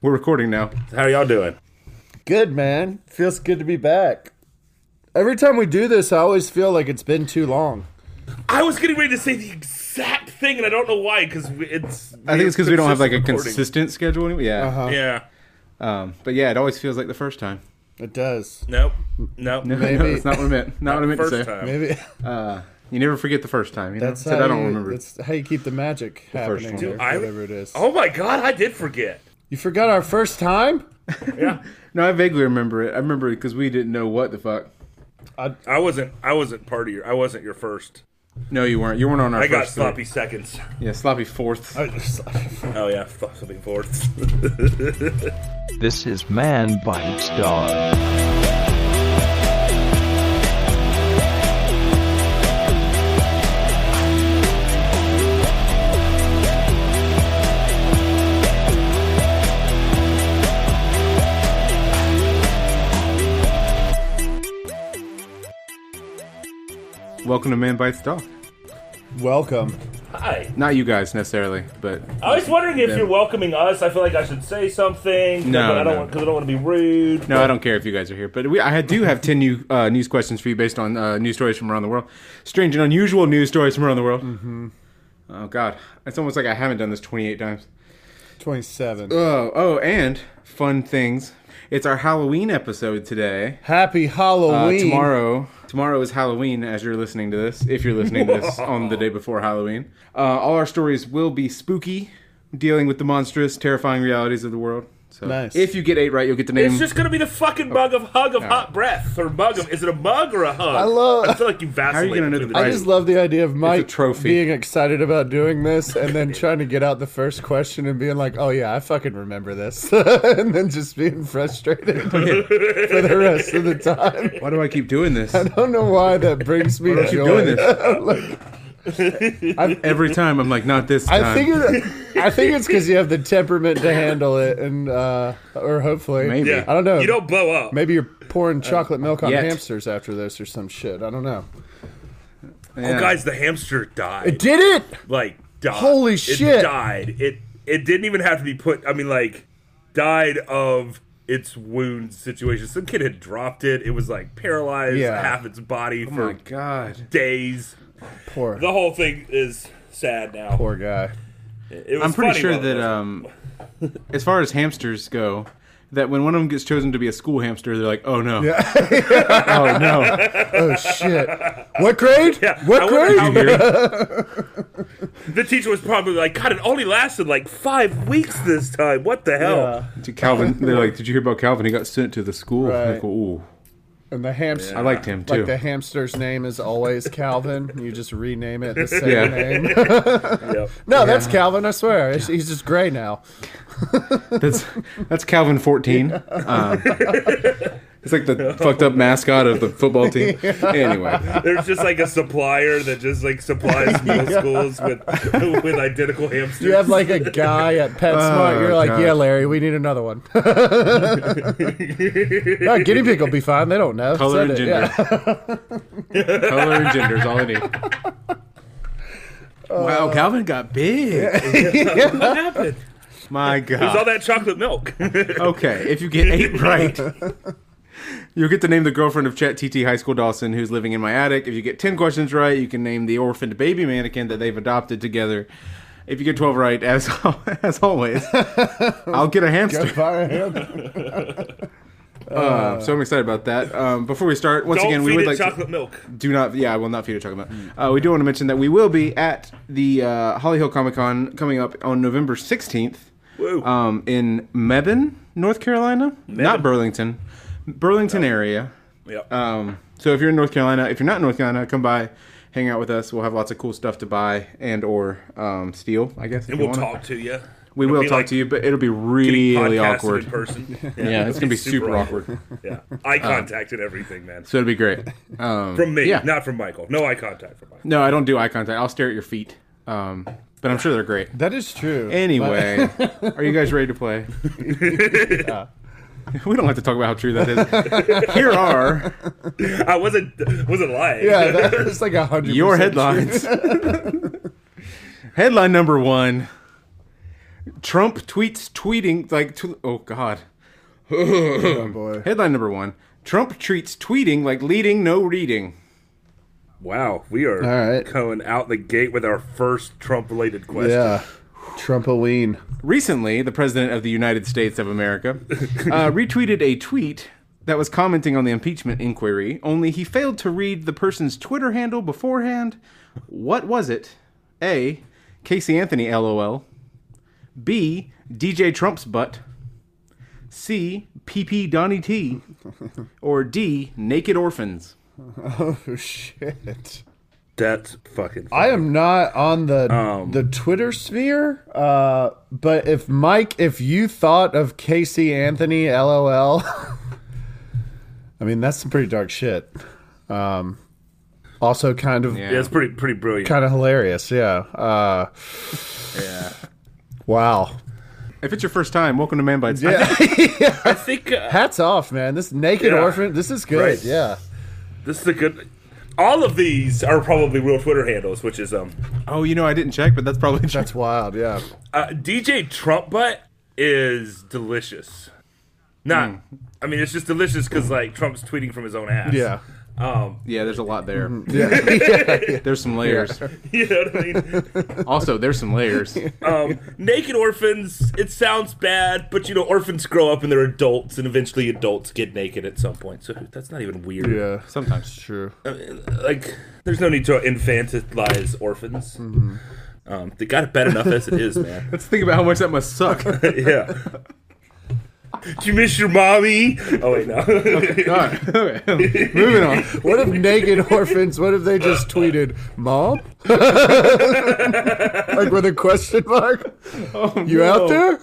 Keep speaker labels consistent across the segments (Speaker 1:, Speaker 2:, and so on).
Speaker 1: We're recording now.
Speaker 2: How are y'all doing?
Speaker 3: Good, man. Feels good to be back. Every time we do this, I always feel like it's been too long.
Speaker 2: I was getting ready to say the exact thing, and I don't know why because it's.
Speaker 1: I think it's because we don't have like a
Speaker 2: recording.
Speaker 1: consistent schedule. anyway. Yeah.
Speaker 2: Yeah.
Speaker 1: Um, but yeah, it always feels like the first time.
Speaker 3: It does.
Speaker 2: Nope. Nope.
Speaker 1: No, no,
Speaker 3: Maybe.
Speaker 1: that's not what I meant. Not what I meant to
Speaker 2: First
Speaker 1: say.
Speaker 2: time.
Speaker 3: Maybe
Speaker 1: Uh, you never forget the first time. You know?
Speaker 3: that's
Speaker 1: Said
Speaker 3: how
Speaker 1: I don't
Speaker 3: you,
Speaker 1: remember.
Speaker 3: That's how you keep the magic
Speaker 1: first
Speaker 3: happening,
Speaker 1: one.
Speaker 3: or
Speaker 2: Dude, I-
Speaker 3: whatever it is.
Speaker 2: Oh my god, I did forget.
Speaker 3: You forgot our first time?
Speaker 2: Yeah.
Speaker 1: No, I vaguely remember it. I remember it because we didn't know what the fuck.
Speaker 2: I wasn't. I wasn't part of your. I wasn't your first.
Speaker 1: No, you weren't. You weren't on our.
Speaker 2: I
Speaker 1: first
Speaker 2: got
Speaker 1: three.
Speaker 2: sloppy seconds.
Speaker 1: Yeah, sloppy fourth.
Speaker 3: I just-
Speaker 2: Oh yeah, fuck something fourth.
Speaker 4: This is Man Bites Dog.
Speaker 1: Welcome to Man Bites Dog.
Speaker 3: Welcome.
Speaker 2: Hi.
Speaker 1: Not you guys necessarily, but
Speaker 2: I was wondering if
Speaker 1: Them.
Speaker 2: you're welcoming us. I feel like I should say something.
Speaker 1: No,
Speaker 2: but I don't
Speaker 1: no.
Speaker 2: want because I don't want to be rude.
Speaker 1: No, I don't care if you guys are here, but we, I had- do have 10 new uh, news questions for you based on uh, news stories from around the world. Strange and unusual news stories from around the world. Mm-hmm. Oh, God. It's almost like I haven't done this 28 times.
Speaker 3: 27.
Speaker 1: Oh, oh, and fun things. It's our Halloween episode today.
Speaker 3: Happy
Speaker 1: Uh,
Speaker 3: Halloween.
Speaker 1: tomorrow, tomorrow is Halloween. As you're listening to this, if you're listening to this on the day before Halloween, uh, all our stories will be spooky, dealing with the monstrous, terrifying realities of the world. So,
Speaker 3: Nice.
Speaker 1: if you get eight right, you'll get the name.
Speaker 2: It's just gonna be the fucking mug of hug of hot breath or mug of. Is it a mug or a hug? I
Speaker 3: love-
Speaker 2: I feel like you vacillate.
Speaker 1: How are you gonna know
Speaker 2: between
Speaker 1: the
Speaker 2: the
Speaker 3: I
Speaker 1: price?
Speaker 3: just love the idea of Mike
Speaker 1: trophy.
Speaker 3: being excited about doing this and then trying to get out the first question and being like, oh, yeah, I fucking remember this. and then just being frustrated for the rest of the time.
Speaker 1: Why do I keep doing this?
Speaker 3: I don't know why that brings me
Speaker 1: keep
Speaker 3: joy.
Speaker 1: doing this. Every time I'm like, not this time.
Speaker 3: I think it, I think it's because you have the temperament to handle it, and uh, or hopefully,
Speaker 1: Maybe.
Speaker 2: Yeah.
Speaker 3: I don't know.
Speaker 2: You don't blow up.
Speaker 3: Maybe you're pouring chocolate milk on
Speaker 1: Yet.
Speaker 3: hamsters after this or some shit. I don't know.
Speaker 1: Yeah.
Speaker 2: Oh, guys, the hamster died.
Speaker 3: It did it.
Speaker 2: like died.
Speaker 3: Holy
Speaker 2: It
Speaker 3: shit.
Speaker 2: died. It it didn't even have to be put. I mean, like died of its wound situation. Some kid had dropped it. It was like paralyzed
Speaker 3: Yeah.
Speaker 2: half its body
Speaker 1: Oh
Speaker 2: for
Speaker 1: my god.
Speaker 2: days.
Speaker 3: Poor,
Speaker 2: The whole thing is sad now.
Speaker 3: poor guy.
Speaker 2: It was
Speaker 1: I'm pretty
Speaker 2: funny
Speaker 1: sure
Speaker 2: while it
Speaker 1: that
Speaker 2: was.
Speaker 1: um, as far as hamsters go, that when one of them gets chosen to be a school hamster, they're like, oh no. oh no.
Speaker 3: Oh shit. What grade?
Speaker 2: Yeah, I
Speaker 3: what
Speaker 2: wonder
Speaker 3: grade?
Speaker 2: how-
Speaker 1: You hear it?
Speaker 2: the teacher was probably like, "God, it only lasted like five weeks this time. What the hell?"
Speaker 3: Yeah.
Speaker 1: To Calvin, they're like, did you hear about Calvin? He got sent to the school.
Speaker 3: Right.
Speaker 1: Like, ooh,
Speaker 3: And the hamster.
Speaker 1: I liked him too.
Speaker 3: Like the hamster's name is always Calvin. You just rename it the same
Speaker 1: Yeah.
Speaker 3: name.
Speaker 2: Yep.
Speaker 3: No, that's Calvin. I swear. He's- He's just gray now.
Speaker 1: That's that's Calvin 14. Um, it's like the fucked up mascot of the football team. Anyway,
Speaker 2: There's just like a supplier that just like supplies middle schools with with identical hamsters.
Speaker 3: You have like a guy at PetSmart.
Speaker 1: Oh,
Speaker 3: you're like,
Speaker 1: gosh.
Speaker 3: yeah, Larry, we need another one. no, guinea pig will be fine. They don't know.
Speaker 1: color
Speaker 3: Send
Speaker 1: and
Speaker 3: it,
Speaker 1: gender.
Speaker 3: yeah.
Speaker 1: color and gender is all I need.
Speaker 3: Uh,
Speaker 1: wow, Calvin got big.
Speaker 2: what happened?
Speaker 1: My
Speaker 2: There's all
Speaker 1: God.
Speaker 2: that chocolate milk.
Speaker 1: Okay, if you get eight right, you'll get to name the girlfriend of Chet TT High School Dawson, who's living in my attic. If you get ten questions right, you can name the orphaned baby mannequin that they've adopted together. If you get twelve right, as as always, I'll get a hamster.
Speaker 3: Fire him.
Speaker 1: Uh, so I'm excited about that. Um, before we start, once
Speaker 2: Don't
Speaker 1: again,
Speaker 2: feed
Speaker 1: we would
Speaker 2: it
Speaker 1: like to,
Speaker 2: chocolate milk.
Speaker 1: do not. Yeah, I will not feed a chocolate milk.
Speaker 2: Mm.
Speaker 1: Uh, we do want to mention that we will be at the uh, Holly Hill Comic Con coming up on November 16th
Speaker 2: Woo.
Speaker 1: um, in Mebane, North Carolina, not Burlington, Burlington area.
Speaker 2: Yep.
Speaker 1: Um, so if you're in North Carolina, if you're not in North Carolina, come by, hang out with us. We'll have lots of cool stuff to buy and or um, steal, I guess. if
Speaker 2: and
Speaker 1: you
Speaker 2: we'll
Speaker 1: wanna.
Speaker 2: talk to you.
Speaker 1: We will talk to you, but it'll be really awkward.
Speaker 2: In person.
Speaker 1: Yeah, it's gonna be
Speaker 2: Super
Speaker 1: super
Speaker 2: awkward.
Speaker 1: awkward.
Speaker 2: yeah. Eye contact and everything, man.
Speaker 1: So it'll be great. Um,
Speaker 2: From me,
Speaker 1: yeah.
Speaker 2: not from Michael. No eye contact from Michael.
Speaker 1: No, I don't do eye contact. I'll stare at your feet. Um, but I'm sure they're great.
Speaker 3: That is true.
Speaker 1: Anyway, are you guys ready to play? We don't have to talk about how true that is. Here are
Speaker 2: I wasn't wasn't lying.
Speaker 3: yeah, that is like a hundred.
Speaker 1: your
Speaker 3: percent true.
Speaker 1: headlines. Headline number one Trump tweets tweeting like tw- oh god.
Speaker 3: Oh boy.
Speaker 1: Headline number one: Trump treats tweeting like leading, no reading.
Speaker 2: Wow, we are
Speaker 3: All right.
Speaker 2: going out the gate with our first Trump-related question.
Speaker 3: Yeah. Trumpoween.
Speaker 1: Recently, the president of the United States of America uh, retweeted a tweet that was commenting on the impeachment inquiry. Only he failed to read the person's Twitter handle beforehand. What was it? A. Casey Anthony, LOL. B. DJ Trump's butt. C. PP Donnie T. Or D. Naked Orphans.
Speaker 3: Oh shit.
Speaker 2: That's fucking.
Speaker 3: I am not on the
Speaker 2: Um,
Speaker 3: the Twitter sphere, uh, but if Mike, if you thought of Casey Anthony, LOL, I mean that's some pretty dark shit. Um, also, kind of
Speaker 2: Yeah, it's pretty pretty brilliant.
Speaker 3: kind of hilarious. Yeah. Uh,
Speaker 2: Yeah.
Speaker 3: wow.
Speaker 1: If it's your first time, welcome to Man Bites. I think
Speaker 2: I think uh,
Speaker 3: Hats off, man. This naked
Speaker 2: Yeah.
Speaker 3: orphan. This is good.
Speaker 2: Right.
Speaker 3: Yeah.
Speaker 2: this is a good. All of these are probably real Twitter handles, which is um
Speaker 1: Oh, you know, I didn't check, but that's probably true.
Speaker 3: That's wild. Yeah.
Speaker 2: uh, DJ Trump butt is delicious. Not,
Speaker 3: Mm.
Speaker 2: I mean, it's just delicious because like Trump's tweeting from his own ass.
Speaker 3: Yeah.
Speaker 1: yeah, there's a lot there.
Speaker 3: Yeah. yeah.
Speaker 1: There's some layers.
Speaker 2: you know what I mean.
Speaker 1: Also, there's some layers.
Speaker 2: Um, naked orphans. It sounds bad, but you know, orphans grow up and they're adults, and eventually adults get naked at some point. So that's not even weird.
Speaker 3: Yeah.
Speaker 1: Sometimes.
Speaker 3: True.
Speaker 2: Like, there's no need to infantilize orphans.
Speaker 3: Mm-hmm.
Speaker 2: Um, they got it bad enough as it is, man.
Speaker 1: Let's think about how much that must suck.
Speaker 2: yeah. Did you miss your mommy? Oh wait, no.
Speaker 1: All right. Okay. Moving on.
Speaker 3: What if naked orphans? What if they just tweeted "mom"? like with a question mark? you out there?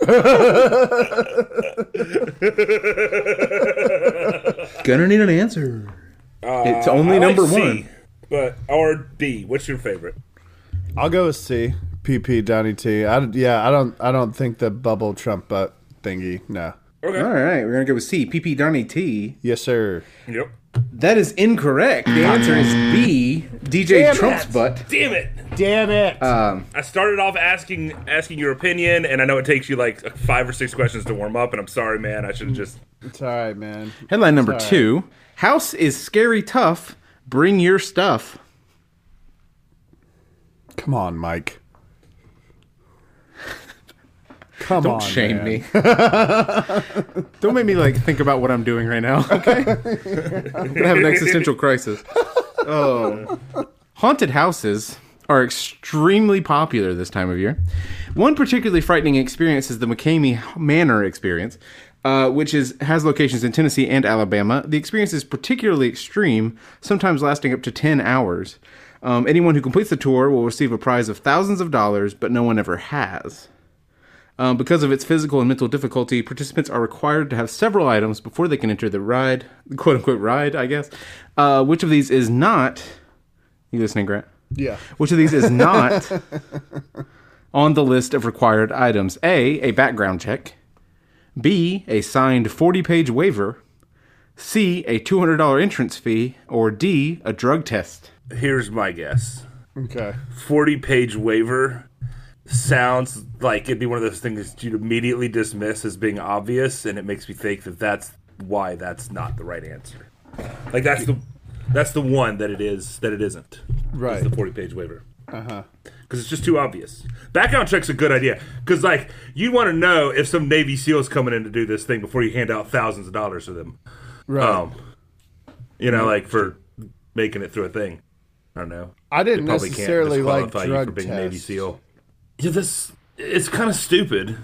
Speaker 1: Gonna need an answer. it's only
Speaker 2: Uh, I like
Speaker 1: number
Speaker 2: C,
Speaker 1: one.
Speaker 2: but or D. What's your favorite?
Speaker 3: I'll go with C. PP Donny T. I, don't- yeah, I don't. I don't think the bubble Trump butt thingy. No.
Speaker 2: Okay.
Speaker 1: All right, we're gonna go with C. PP Donnie T.
Speaker 3: Yes, sir.
Speaker 2: Yep.
Speaker 1: That is incorrect. The answer is B. DJ Trump's butt.
Speaker 2: Damn it!
Speaker 3: Damn it!
Speaker 2: I started off asking asking your opinion, and I know it takes you like five or six questions to warm up, and I'm sorry, man. I should have just.
Speaker 3: it's all right, man.
Speaker 1: Headline number
Speaker 3: all right.
Speaker 1: two: House is scary tough. Bring your stuff.
Speaker 3: Come on, Mike. Come
Speaker 1: Don't
Speaker 3: on,
Speaker 1: shame
Speaker 3: man.
Speaker 1: me. Don't make me like think about what I'm doing right now. Okay, I'm gonna have an existential crisis. Oh, haunted houses are extremely popular this time of year. One particularly frightening experience is the McCamey Manor experience, uh, which is has locations in Tennessee and Alabama. The experience is particularly extreme, sometimes lasting up to ten hours. Um, anyone who completes the tour will receive a prize of thousands of dollars, but no one ever has. Um, because of its physical and mental difficulty, participants are required to have several items before they can enter the ride, quote unquote ride, I guess. Uh, which of these is not? You listening, Grant?
Speaker 3: Yeah.
Speaker 1: Which of these is not on the list of required items? A. A background check. B. A signed 40 page waiver. C. A $200 entrance fee. Or D. A drug test.
Speaker 2: Here's my guess:
Speaker 3: Okay.
Speaker 2: forty page waiver sounds like it'd be one of those things that you'd immediately dismiss as being obvious, and it makes me think that that's why that's not the right answer. Like that's the that's the one that it is that it isn't.
Speaker 3: Right. Uh-huh.
Speaker 2: It's the forty page waiver. because it's just too obvious. Background check's a good idea because, like, you want to know if some Navy SEAL's coming in to do this thing before you hand out thousands of dollars to them.
Speaker 3: Right.
Speaker 2: Um, you know, like for making it through a thing. I don't know.
Speaker 3: I didn't
Speaker 2: They probably can't
Speaker 3: necessarily like
Speaker 2: disqualify
Speaker 3: drug
Speaker 2: you for being a Navy
Speaker 3: tests.
Speaker 2: SEAL. Yeah, this it's kind of stupid.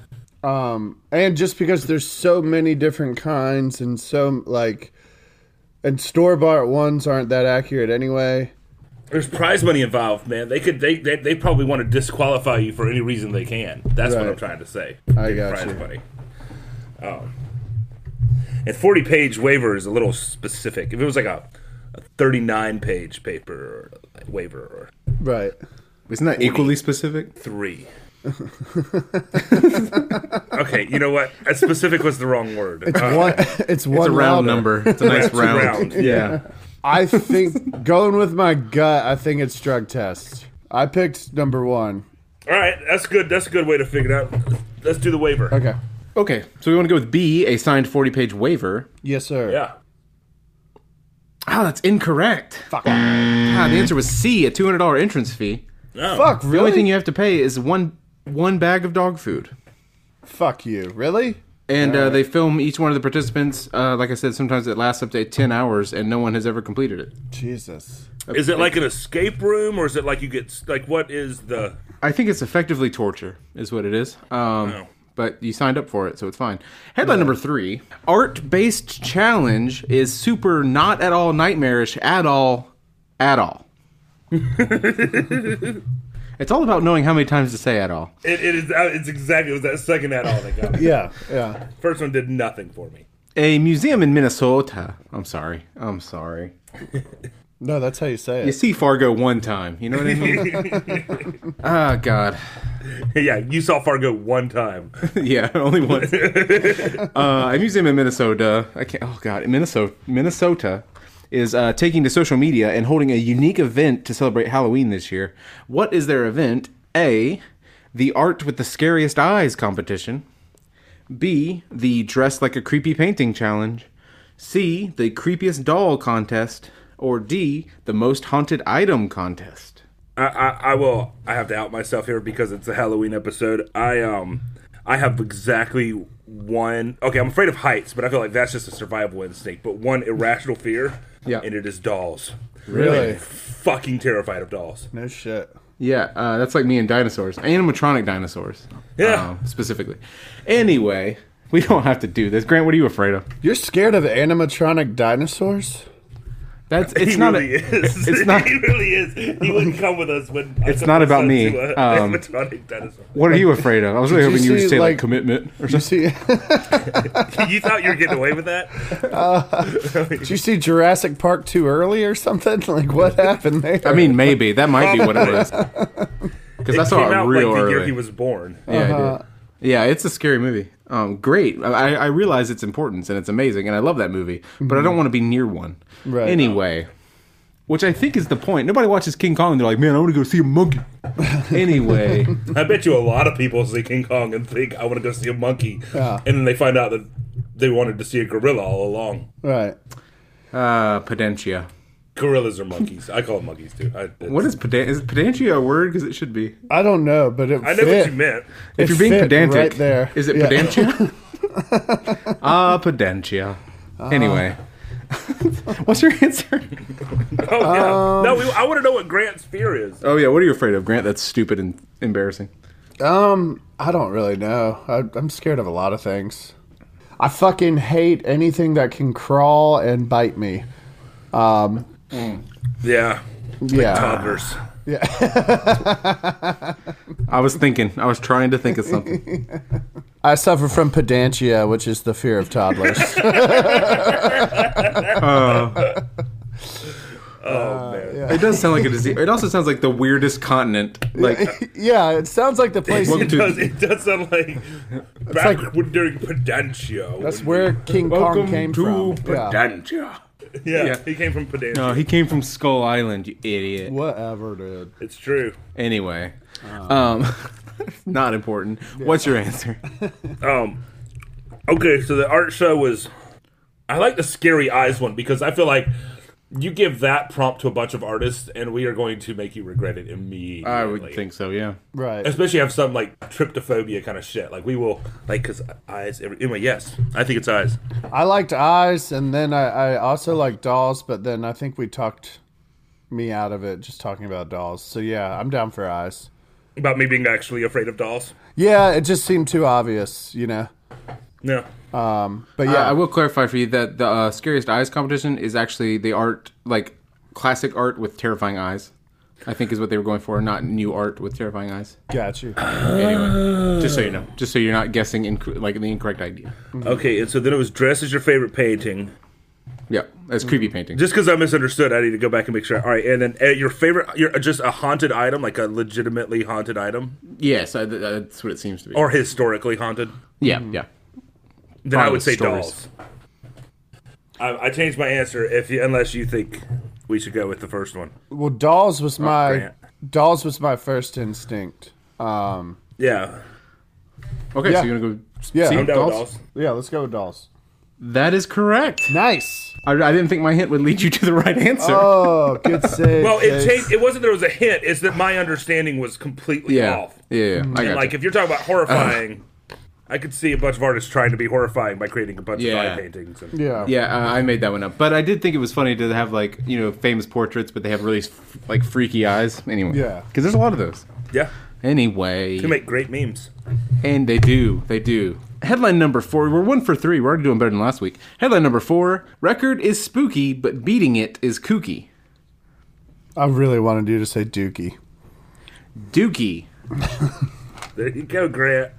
Speaker 3: um and just because there's so many different kinds and so like and store bought ones aren't that accurate anyway
Speaker 2: There's prize money involved, man. They could they they, they probably want to disqualify you for any reason they can. That's what
Speaker 3: Right.
Speaker 2: I'm trying to say.
Speaker 3: I
Speaker 2: Give
Speaker 3: got
Speaker 2: prize
Speaker 3: you.
Speaker 2: money. Um, and 40 page waiver is a little specific. If it was like a, a 39 page paper or like, waiver or
Speaker 3: right
Speaker 1: Isn't that equally specific?
Speaker 2: three. okay, you know what? A specific was the wrong word. Uh,
Speaker 3: one, it's one
Speaker 1: It's a round
Speaker 3: louder.
Speaker 1: number. It's a nice
Speaker 2: It's a
Speaker 1: round.
Speaker 2: round.
Speaker 1: Yeah.
Speaker 3: i think going with my gut i think it's drug tests i picked number one
Speaker 2: All right, that's good. That's a good way to figure it out. let's do the waiver.
Speaker 3: Okay.
Speaker 1: Okay, so we want to go with B, a signed 40 page waiver.
Speaker 3: Yes, sir.
Speaker 2: Yeah.
Speaker 1: Oh, that's incorrect.
Speaker 3: Fuck. Fuck.
Speaker 1: Ah, the answer was C, a $200 entrance fee.
Speaker 2: No.
Speaker 1: The
Speaker 3: Really?
Speaker 1: only thing you have to pay is one one bag of dog food.
Speaker 3: Fuck you. Really?
Speaker 1: And uh, they film each one of the participants. Uh, like I said, sometimes it lasts up to 10 hours, and no one has ever completed it.
Speaker 3: Jesus.
Speaker 2: Is it like an escape room, or is it like you get like what is the?
Speaker 1: I think it's effectively torture, is what it is. Um,
Speaker 2: Oh.
Speaker 1: But you signed up for it, so it's fine. Headline number three Art based challenge is super not at all nightmarish at all, at all. it's all about knowing how many times to say at all.
Speaker 2: It, it is. uh, It's exactly. It was that second at all that got me.
Speaker 3: Yeah. Yeah.
Speaker 2: First one did nothing for me.
Speaker 1: A museum in Minnesota. I'm sorry. I'm sorry.
Speaker 3: No, that's how you say
Speaker 1: You
Speaker 3: it.
Speaker 1: see Fargo one time. You know what I mean? Ah, God.
Speaker 2: yeah, you saw Fargo one time.
Speaker 1: Yeah, only once. uh, a museum in Minnesota. I can't. Oh God, Minnesota. Minnesota is uh, taking to social media and holding a unique event to celebrate Halloween this year. What is their event? A, the art with the scariest eyes competition. B, the dress like a creepy painting challenge. C, the creepiest doll contest. Or D, the most haunted item contest.
Speaker 2: I, I, I will. I have to out myself here because it's a Halloween episode. I um, I have exactly one. Okay, I'm afraid of heights, but I feel like that's just a survival instinct. But one irrational fear.
Speaker 1: Yeah.
Speaker 2: and it is dolls.
Speaker 3: Really?
Speaker 2: Fucking terrified of dolls.
Speaker 3: No shit.
Speaker 1: Yeah, uh, that's like me and dinosaurs, animatronic dinosaurs.
Speaker 2: Yeah.
Speaker 1: um, specifically. Anyway, we don't have to do this. Grant, what are you afraid of?
Speaker 3: You're scared of animatronic dinosaurs?
Speaker 1: That's it's
Speaker 2: he
Speaker 1: not.
Speaker 2: really
Speaker 1: a-
Speaker 2: is.
Speaker 1: It's not.
Speaker 2: he really is. He wouldn't come with us when. I
Speaker 1: It's
Speaker 2: took
Speaker 1: not
Speaker 2: my
Speaker 1: about
Speaker 2: son
Speaker 1: me.
Speaker 2: to a
Speaker 1: Um,
Speaker 2: animatronic dinosaur.
Speaker 1: What are you afraid of? I was really
Speaker 3: Did you
Speaker 1: hoping you would
Speaker 3: see,
Speaker 1: say like,
Speaker 3: like-
Speaker 1: commitment or
Speaker 3: You
Speaker 1: something.
Speaker 3: see?
Speaker 2: you thought you were getting away with that?
Speaker 3: Did you see Jurassic Park too early or something? Like what happened there?
Speaker 1: I mean, maybe that might be what it was. Because I saw
Speaker 2: Came
Speaker 1: it
Speaker 2: out
Speaker 1: real
Speaker 2: like the year
Speaker 1: early.
Speaker 2: he was born.
Speaker 1: yeah, I did. yeah, it's a scary movie. Um, great. I, I realize its importance and it's amazing, and I love that movie. But I don't want to be near one.
Speaker 3: Mhm. Right.
Speaker 1: Anyway, which I think is the point. Nobody watches King Kong. and They're like, man, I want to go see a monkey. anyway.
Speaker 2: I bet you a lot of people see King Kong and think, "I want to go see a monkey,"
Speaker 3: Yeah.
Speaker 2: and then they find out that they wanted to see a gorilla all along.
Speaker 3: right.
Speaker 1: Uh, Pedentia.
Speaker 2: Gorillas are monkeys. I call them monkeys too. I, it's-
Speaker 1: What is pedan? Is pedantia a word? Because it should be.
Speaker 3: I don't know, but it
Speaker 2: I know
Speaker 3: fit.
Speaker 2: what you meant.
Speaker 1: If
Speaker 3: It
Speaker 1: you're being
Speaker 3: fit
Speaker 1: pedantic,
Speaker 3: right there.
Speaker 1: is it
Speaker 3: Yeah.
Speaker 1: pedantia? Ah, pedantia.
Speaker 3: Ah.
Speaker 1: Anyway, what's your answer?
Speaker 2: Oh yeah. no, we, I want to know what Grant's fear is.
Speaker 1: Oh yeah, what are you afraid of, Grant? That's stupid and embarrassing.
Speaker 3: Um, I don't really know. I, I'm scared of a lot of things. I fucking hate anything that can crawl and bite me. Um,
Speaker 2: Yeah,
Speaker 3: Yeah.
Speaker 2: toddlers.
Speaker 1: I was thinking. I was trying to think of something.
Speaker 3: I suffer from pedantia, which is the fear of toddlers.
Speaker 2: Oh man.
Speaker 1: It does sound like a disease. It also sounds like the weirdest continent. Like
Speaker 3: yeah, it sounds like the place.
Speaker 1: Welcome
Speaker 2: It
Speaker 1: to-
Speaker 2: does, it does sound like back when during Pedantia.
Speaker 3: that's
Speaker 2: when-
Speaker 3: where King Kong came from. Yeah.
Speaker 1: pedantia.
Speaker 2: Yeah,
Speaker 1: yeah.
Speaker 2: he came from Pedantia.
Speaker 1: No, uh, he came from Skull Island, you idiot.
Speaker 3: Whatever, dude.
Speaker 2: It's true.
Speaker 1: Anyway,
Speaker 3: Ah.
Speaker 1: um, not important. What's your answer?
Speaker 2: Um, okay, so the art show was. I like the scary eyes one because I feel like you give that prompt to a bunch of artists, and we are going to make you regret it immediately.
Speaker 1: I would think so. Yeah.
Speaker 3: Right.
Speaker 2: especially have some like tryptophobia kind of shit. Like we will, like, cause eyes. Every, anyway, yes, I think it's eyes.
Speaker 3: I liked eyes, and then I, I also liked dolls, but then I think we talked me out of it just talking about dolls. So yeah, I'm down for eyes.
Speaker 2: About me being actually afraid of dolls.
Speaker 3: Yeah, it just seemed too obvious, you know.
Speaker 2: No,
Speaker 3: But
Speaker 1: Yeah,
Speaker 3: yeah,
Speaker 2: Uh,
Speaker 1: I will clarify for you that the uh, scariest eyes competition is actually the art, like classic art with terrifying eyes. I think is what they were going for, not new art with terrifying eyes.
Speaker 3: got you.
Speaker 1: Anyway, just so you know, just so you're not guessing inc- like the incorrect idea.
Speaker 2: okay, and so then it was dress as your favorite painting.
Speaker 1: Yeah, that's creepy painting.
Speaker 2: Just because I misunderstood, I need to go back and make sure. All right, and then uh, your favorite, your just a haunted item, like a legitimately haunted item,
Speaker 1: yes, I, th- that's what it seems to be.
Speaker 2: or historically haunted.
Speaker 1: yeah, yeah.
Speaker 2: Then I
Speaker 1: Probably
Speaker 2: would say
Speaker 1: stories.
Speaker 2: dolls. I, I changed my answer if you, unless you think we should go with the first one.
Speaker 3: Well, dolls was
Speaker 2: oh,
Speaker 3: my
Speaker 2: Grant.
Speaker 3: dolls was my first instinct. Um,
Speaker 2: Yeah,
Speaker 1: Okay,
Speaker 3: Yeah.
Speaker 1: so you're gonna go.
Speaker 3: Yeah.
Speaker 1: see
Speaker 3: I'm
Speaker 2: down with
Speaker 1: dolls?
Speaker 2: dolls.
Speaker 3: Yeah, let's go with dolls.
Speaker 1: That is correct.
Speaker 3: Nice.
Speaker 1: I, I didn't think my hint would lead you to the right answer.
Speaker 3: Oh, good save.
Speaker 2: Well, it
Speaker 3: Chase.
Speaker 2: changed. It wasn't there was a hint. It's that my understanding was completely
Speaker 1: yeah.
Speaker 2: off.
Speaker 1: yeah, yeah, I
Speaker 2: And
Speaker 1: got
Speaker 2: like,
Speaker 1: you.
Speaker 2: if you're talking about horrifying, I could see a bunch of artists trying to be horrifying by creating a bunch
Speaker 1: Yeah.
Speaker 2: of dye paintings. And,
Speaker 3: Yeah.
Speaker 1: Yeah, uh, I made that one up, but I did think it was funny to have like you know famous portraits, but they have really f- like freaky eyes. Anyway,
Speaker 3: Yeah.
Speaker 1: because there's a lot of those.
Speaker 2: yeah,
Speaker 1: Anyway,
Speaker 2: they make great memes.
Speaker 1: And they do. They do. Headline number four. We're one for three. We're already doing better than last week. Headline number four. Record is spooky, but beating it is kooky.
Speaker 3: I really wanted you to say Dookie.
Speaker 1: Dookie.
Speaker 2: There you go, Grant.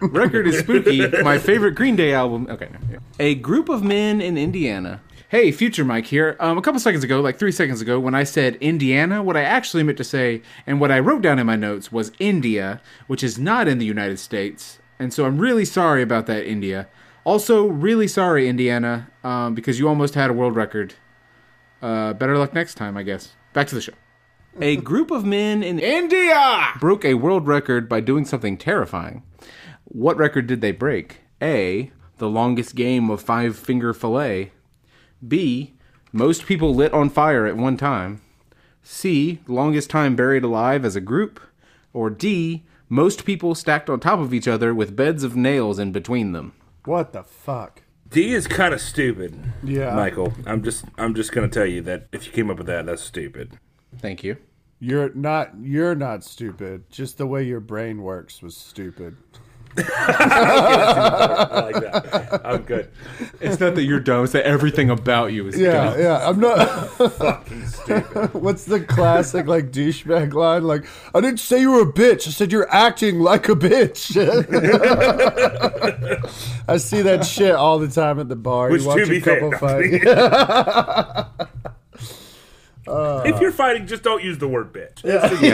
Speaker 1: Record is spooky. My favorite Green Day album. Okay. no. A group of men in Indiana. Hey, future Mike here. Um, a couple seconds ago, like three seconds ago, when I said Indiana, what I actually meant to say and what I wrote down in my notes was India, which is not in the United States. And so I'm really sorry about that, India. Also, really sorry, Indiana, um, because you almost had a world record. Uh, better luck next time, I guess. Back to the show. A group of men in India broke a world record by doing something terrifying. What record did they break? A. The longest game of five finger fillet. B. Most people lit on fire at one time. C. Longest time buried alive as a group. Or D. Most people stacked on top of each other with beds of nails in between them.
Speaker 3: What the fuck?
Speaker 2: D is kind of stupid.
Speaker 3: Yeah.
Speaker 2: Michael. I'm just I'm just gonna tell you that if you came up with that, that's stupid.
Speaker 1: Thank you.
Speaker 3: You're not. You're not stupid. Just the way your brain works was stupid.
Speaker 2: I like that. I'm good.
Speaker 1: It's not that you're dumb, it's that everything about you is
Speaker 3: Yeah, yeah. I'm not.
Speaker 2: Fucking stupid.
Speaker 3: What's the classic like douchebag line? Like, I didn't say you were a bitch. I said you're acting like a bitch. I see that shit all the time at the bar.
Speaker 2: Which
Speaker 3: you watch
Speaker 2: to be
Speaker 3: a couple
Speaker 2: fair,
Speaker 3: fight. Uh.
Speaker 2: if you're fighting, just don't use the word bitch.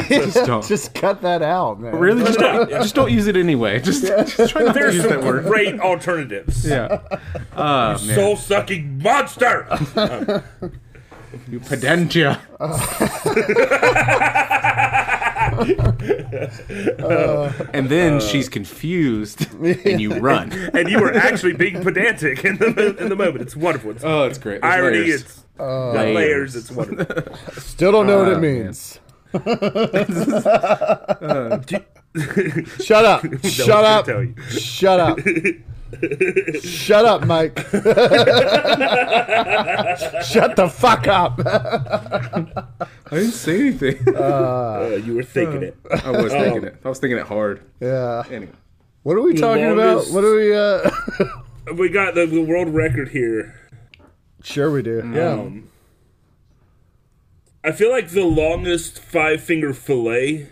Speaker 1: just dumb.
Speaker 3: Just cut that out, man.
Speaker 1: Really? Just don't, just don't use it anyway. Just, just try not to
Speaker 2: There's
Speaker 1: use
Speaker 2: some
Speaker 1: that word.
Speaker 2: great alternatives.
Speaker 1: Yeah.
Speaker 2: Soul sucking monster.
Speaker 1: You pedantia. and then she's confused, and you run.
Speaker 2: and you were actually being pedantic in the mo- in the moment. It's wonderful. It's
Speaker 1: Oh, it's great. There's
Speaker 2: irony.
Speaker 1: layers.
Speaker 2: It's
Speaker 3: Uh.
Speaker 2: got layers. It's wonderful.
Speaker 3: Still don't know what
Speaker 2: Ah,
Speaker 3: it means.
Speaker 2: Uh,
Speaker 3: Shut up. Shut
Speaker 2: gonna
Speaker 3: up.
Speaker 2: tell you.
Speaker 3: Shut up. Shut up, Mike. Shut the fuck up.
Speaker 1: I didn't say anything.
Speaker 2: Uh, you were thinking it.
Speaker 3: Uh.
Speaker 1: I was thinking it. I was thinking it hard.
Speaker 3: Yeah.
Speaker 1: Anyway.
Speaker 3: What are we talking
Speaker 2: longest-
Speaker 3: about? What are we uh
Speaker 2: We got the, the world record here.
Speaker 3: Sure we do. Yeah.
Speaker 2: Um, I feel like the longest five finger fillet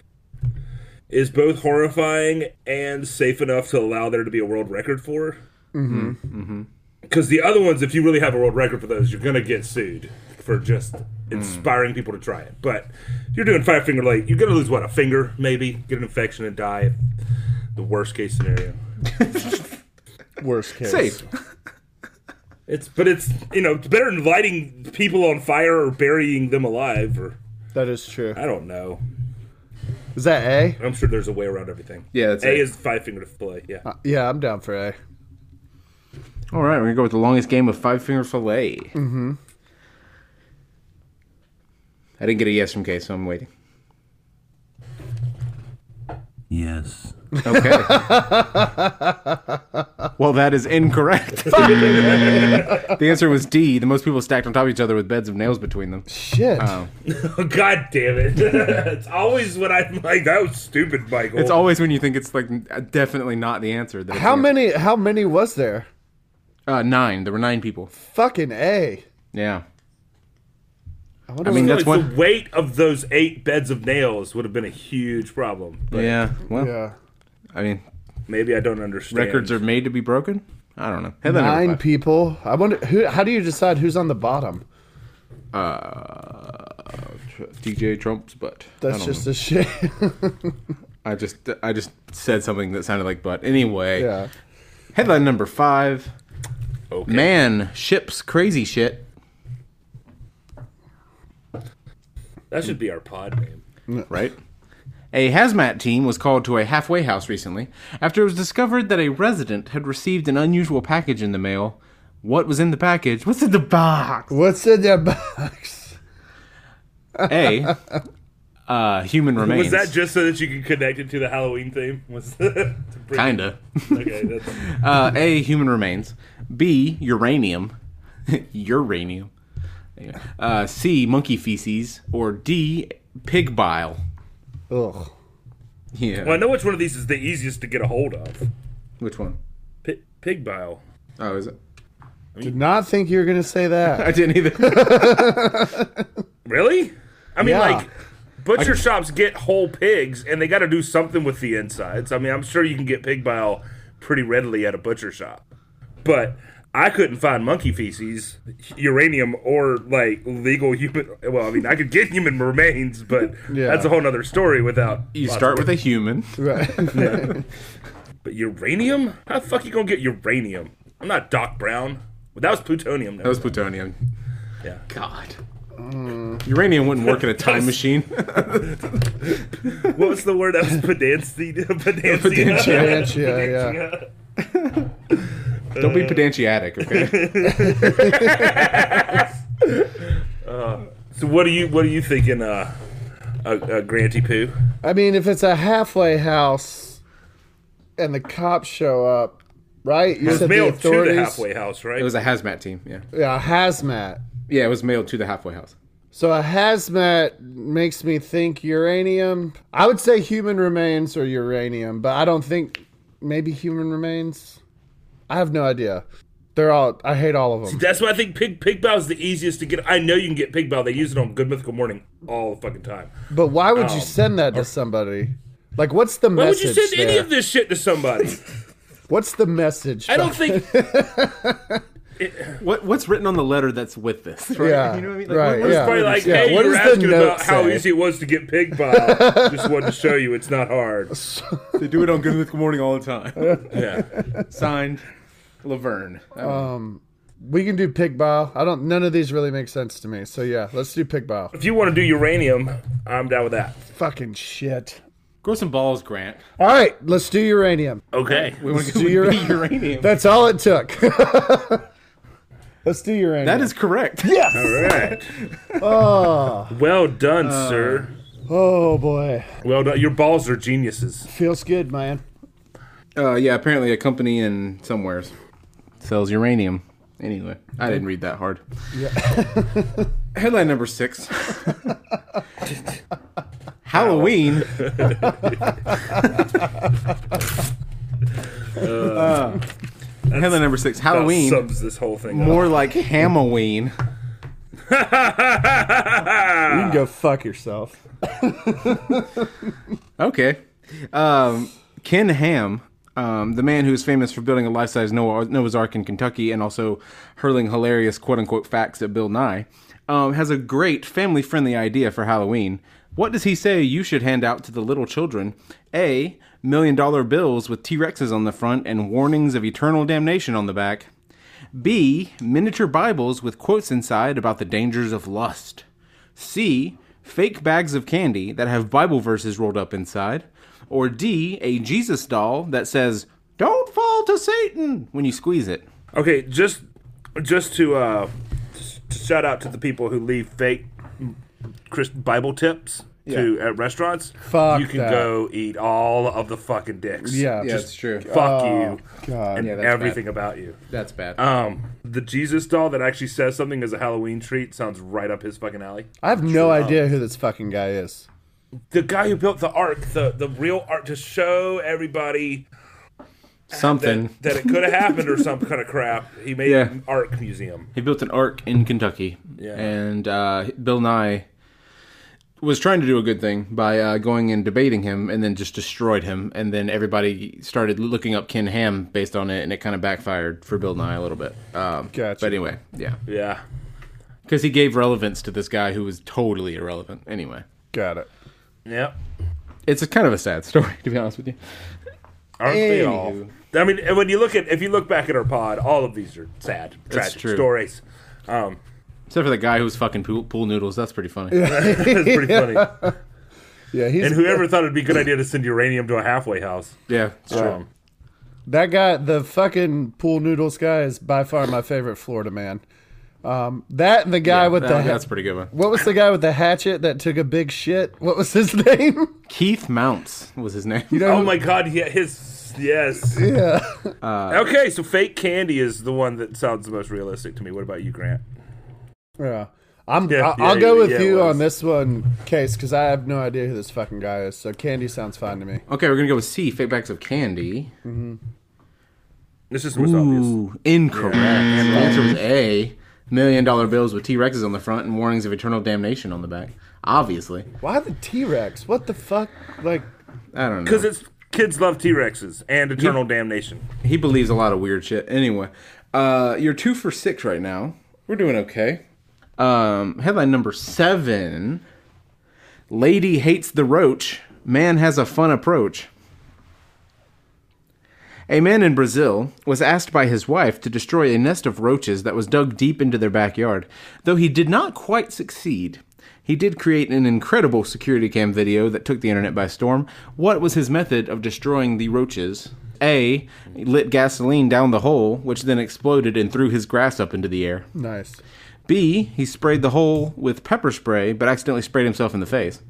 Speaker 2: is both horrifying and safe enough to allow there to be a world record for. Mm-hmm. Because the other ones, if you really have a world record for those, you're gonna get sued for just inspiring people to try it. But if you're doing five finger late, you're gonna lose what a finger, maybe get an infection and die. The worst case scenario.
Speaker 3: Worst case.
Speaker 1: Safe.
Speaker 2: It's but it's you know it's better than lighting people on fire or burying them alive or
Speaker 3: That is true.
Speaker 2: I don't know.
Speaker 3: Is that A?
Speaker 2: I'm sure there's a way around everything.
Speaker 1: Yeah, that's
Speaker 2: A
Speaker 1: it. Uh,
Speaker 2: is five finger to fillet. Yeah,
Speaker 3: Yeah, I'm down for A.
Speaker 1: All right, we're going to go with the longest game of five finger filet. Mm-hmm. I didn't get a yes from Kay, so I'm waiting.
Speaker 2: yes.
Speaker 1: Okay. well, that is incorrect. the answer was D. The most people stacked on top of each other with beds of nails between them.
Speaker 3: Shit.
Speaker 2: God damn it! it's always when I'm like, that was stupid, Michael.
Speaker 1: It's always when you think it's like definitely not the answer. That it's
Speaker 3: How
Speaker 1: the-
Speaker 3: many how many was there?
Speaker 1: Uh, nine. There were nine people.
Speaker 3: Fucking A.
Speaker 1: Yeah. I,
Speaker 3: wonder
Speaker 1: mean,
Speaker 2: I feel
Speaker 1: that's
Speaker 2: like
Speaker 1: one.
Speaker 2: the weight of those eight beds of nails would have been a huge problem. But
Speaker 1: Yeah. Well,
Speaker 3: Yeah.
Speaker 1: I mean,
Speaker 2: maybe I don't understand.
Speaker 1: records are made to be broken. I don't know. Headline number
Speaker 3: Nine
Speaker 1: five.
Speaker 3: people. I wonder who how do you decide who's on the bottom?
Speaker 1: Uh, Tr- DJ Trump's butt. I
Speaker 3: That's
Speaker 1: don't
Speaker 3: just
Speaker 1: know.
Speaker 3: a shit.
Speaker 1: I just I just said something that sounded like butt. Anyway.
Speaker 3: yeah.
Speaker 1: Headline number five.
Speaker 2: Okay.
Speaker 1: Man ships crazy shit.
Speaker 2: That should be our pod name.
Speaker 1: right? A hazmat team was called to a halfway house recently after it was discovered that a resident had received an unusual package in the mail. What was in the package? What's in the box?
Speaker 3: What's in that box?
Speaker 1: A. Uh, human remains.
Speaker 2: Was that just so that you could connect it to the Halloween theme? Was
Speaker 1: kinda?
Speaker 2: okay? That's,
Speaker 1: Uh, A. Human remains. B. Uranium. uranium. Anyway. Uh, C. Monkey feces. Or D. Pig bile.
Speaker 3: Ugh.
Speaker 1: Yeah.
Speaker 2: well, I know which one of these is the easiest to get a hold of.
Speaker 1: Which one?
Speaker 2: P- pig bile.
Speaker 1: Oh, is it?
Speaker 3: Did not think you were gonna say that.
Speaker 1: I didn't either.
Speaker 2: Really? I mean,
Speaker 3: Yeah.
Speaker 2: like butcher shops get whole pigs, and they got to do something with the insides. I mean, I'm sure you can get pig bile pretty readily at a butcher shop, but I couldn't find monkey feces, uranium, or like legal human. Well, I mean, I could get human remains, but
Speaker 3: Yeah.
Speaker 2: that's a whole nother story. Without
Speaker 1: you start with a human.
Speaker 3: Right.
Speaker 2: but uranium? How the fuck you gonna get uranium? I'm not Doc Brown. Well, that was plutonium.
Speaker 1: That was plutonium.
Speaker 2: Yeah.
Speaker 1: God. Mm. Uranium wouldn't work in a time machine.
Speaker 2: What was the word? That was pedancy. pedancy.
Speaker 1: Pedantia.
Speaker 3: Ranchia, yeah.
Speaker 1: Don't be pedantiatic, okay?
Speaker 2: So what are you what are you thinking, uh, uh, uh Granty Poo?
Speaker 3: I mean, if it's a halfway house and the cops show up, right? You
Speaker 2: It's
Speaker 3: said the
Speaker 2: mailed to the
Speaker 3: authorities.
Speaker 2: halfway house, right?
Speaker 1: It was a hazmat team, yeah.
Speaker 3: Yeah, hazmat.
Speaker 1: Yeah, it was mailed to the halfway house.
Speaker 3: So a hazmat makes me think uranium. I would say human remains or uranium, but I don't think maybe human remains. I have no idea. They're all. I hate all of them.
Speaker 2: That's why I think pig pig bile is the easiest to get. I know you can get pig bile. They use it on Good Mythical Morning all the fucking time.
Speaker 3: But why would
Speaker 2: Um,
Speaker 3: you send that to somebody? Like, what's the
Speaker 2: Why would
Speaker 3: message
Speaker 2: you send
Speaker 3: there?
Speaker 2: any of this shit to somebody?
Speaker 3: what's the message?
Speaker 2: I don't think.
Speaker 1: What What's written on the letter that's with this? Right?
Speaker 3: Yeah,
Speaker 1: You know what I mean?
Speaker 3: right,
Speaker 1: what- what is-
Speaker 3: yeah.
Speaker 2: Probably like,
Speaker 3: Yeah,
Speaker 2: hey,
Speaker 3: what
Speaker 2: you were
Speaker 3: does the
Speaker 2: asking about
Speaker 3: note
Speaker 2: how
Speaker 3: say?
Speaker 2: easy it was to get pig bile. Just wanted to show you it's not hard.
Speaker 1: They do it on Good Mythical Morning all the time.
Speaker 2: Yeah.
Speaker 1: Signed, Laverne.
Speaker 3: we can do pig bile. I don't. None of these really make sense to me. So yeah, let's do pig bile.
Speaker 2: If you want to do uranium, I'm down with that.
Speaker 3: Fucking shit.
Speaker 1: Grow some balls, Grant.
Speaker 3: All right, let's do uranium.
Speaker 2: Okay.
Speaker 1: We want to
Speaker 3: do ura-
Speaker 1: uranium.
Speaker 3: That's all it took. let's do uranium.
Speaker 1: that is correct.
Speaker 2: All right.
Speaker 3: Ah.
Speaker 2: well done,
Speaker 3: Uh.
Speaker 2: sir.
Speaker 3: Oh boy,
Speaker 2: Well done. Your balls are geniuses.
Speaker 3: feels good, man.
Speaker 1: Uh, yeah, apparently a company in somewheres sells uranium. Anyway, I didn't read that hard. Headline number six Halloween. Uh, headline number six Halloween.
Speaker 2: sums this whole thing up.
Speaker 1: More like Halloween.
Speaker 3: You can go fuck yourself.
Speaker 1: Okay. Um, Ken Ham, um, the man who is famous for building a life size Noah- Noah's Ark in Kentucky and also hurling hilarious quote unquote facts at Bill Nye, um, has a great family friendly idea for Halloween. What does he say you should hand out to the little children? A. Million dollar bills with T Rexes on the front and warnings of eternal damnation on the back. B. Miniature Bibles with quotes inside about the dangers of lust. C. Fake bags of candy that have Bible verses rolled up inside. Or D. A Jesus doll that says, Don't fall to Satan when you squeeze it.
Speaker 2: Okay, just just to uh, to shout out to the people who leave fake Christ Bible tips to at restaurants.
Speaker 3: Fuck
Speaker 2: you can
Speaker 3: that.
Speaker 2: go eat all of the fucking dicks.
Speaker 3: Yeah, Oh,
Speaker 1: that's true.
Speaker 2: Fuck you
Speaker 3: God.
Speaker 2: and
Speaker 1: that's bad.
Speaker 2: everything about you.
Speaker 1: That's bad.
Speaker 2: Um, the Jesus doll that actually says something as a Halloween treat sounds right up his fucking alley.
Speaker 3: I have no idea who this fucking guy is.
Speaker 2: The guy who built the ark, the the real ark, to show everybody
Speaker 1: Something.
Speaker 2: that it could have happened or some kind of crap. He made
Speaker 1: Yeah.
Speaker 2: an ark museum.
Speaker 1: He built an ark in Kentucky.
Speaker 2: Yeah.
Speaker 1: And uh, Bill Nye was trying to do a good thing by uh, going and debating him and then just destroyed him. And then everybody started looking up Ken Ham based on it, and it kind of backfired for Bill Nye a little bit. Um,
Speaker 3: Gotcha.
Speaker 1: But anyway, yeah.
Speaker 2: Yeah.
Speaker 1: Because he gave relevance to this guy who was totally irrelevant. Anyway,
Speaker 3: Got it.
Speaker 2: Yep.
Speaker 1: it's a kind of a sad story, to be honest with you.
Speaker 2: Aren't they all?
Speaker 1: Anywho.
Speaker 2: I mean, and when you look at if you look back at our pod, all of these are sad, tragic
Speaker 1: true.
Speaker 2: stories. Um,
Speaker 1: Except for the guy who was fucking pool, pool noodles. That's pretty funny.
Speaker 2: it's pretty funny.
Speaker 3: Yeah, he's
Speaker 2: and whoever thought it'd be a good idea to send uranium to a halfway house.
Speaker 1: Yeah, it's true.
Speaker 2: Um,
Speaker 3: that guy, the fucking pool noodles guy, is by far my favorite Florida man. Um, that and the guy with
Speaker 1: That-
Speaker 3: the
Speaker 1: that's a pretty good one.
Speaker 3: what was the guy with the hatchet that took a big shit? What was his name?
Speaker 1: Keith Mounts was his name.
Speaker 3: You know,
Speaker 2: oh my god, yeah, his yes. Uh,
Speaker 3: yeah.
Speaker 2: okay, so fake candy is the one that sounds the most realistic to me. What about you, Grant?
Speaker 3: Yeah. I'm,
Speaker 2: Yeah,
Speaker 3: I-
Speaker 2: yeah,
Speaker 3: I'll go
Speaker 2: yeah,
Speaker 3: with
Speaker 2: yeah, it
Speaker 3: you
Speaker 2: was.
Speaker 3: on this one, Case, because I have no idea who this fucking guy is. So candy sounds fine to me.
Speaker 1: Okay, we're gonna go with C. Fake bags of candy.
Speaker 2: This is the most obvious.
Speaker 1: Ooh, incorrect. And the answer was A. Million dollar bills with T Rexes on the front and warnings of eternal damnation on the back. Obviously,
Speaker 3: Why the T Rex? What the fuck? Like,
Speaker 1: I don't know.
Speaker 2: Because it's kids love T Rexes and eternal damnation.
Speaker 1: he believes a lot of weird shit. Anyway, uh, you're two for six right now. We're doing okay. Um, headline number seven: Lady hates the roach. Man has a fun approach. A man in Brazil was asked by his wife to destroy a nest of roaches that was dug deep into their backyard. Though he did not quite succeed, he did create an incredible security cam video that took the internet by storm. What was his method of destroying the roaches? A. Lit gasoline down the hole, which then exploded and threw his grass up into the air.
Speaker 3: nice.
Speaker 1: B. He sprayed the hole with pepper spray, but accidentally sprayed himself in the face.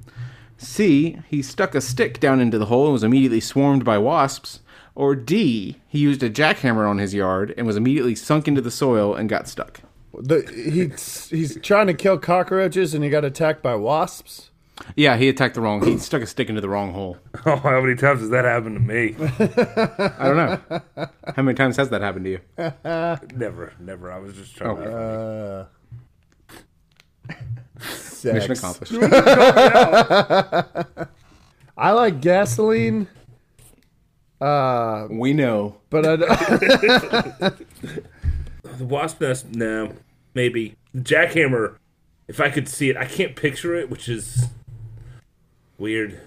Speaker 1: C. He stuck a stick down into the hole and was immediately swarmed by wasps. Or D. He used a jackhammer on his yard and was immediately sunk into the soil and got stuck.
Speaker 3: The, he's he's trying to kill cockroaches and he got attacked by wasps.
Speaker 1: Yeah, he attacked the wrong. He stuck a stick into the wrong hole.
Speaker 2: Oh, how many times has that happened to me?
Speaker 1: I don't know. How many times has that happened to you?
Speaker 2: never, never. I was just trying.
Speaker 1: Oh,
Speaker 2: to
Speaker 1: Mission
Speaker 3: Sex.
Speaker 1: accomplished.
Speaker 3: I like gasoline,
Speaker 1: We know.
Speaker 3: but I don't-
Speaker 2: The wasp nest, no, maybe jackhammer. If I could see it, I can't picture it, which is weird.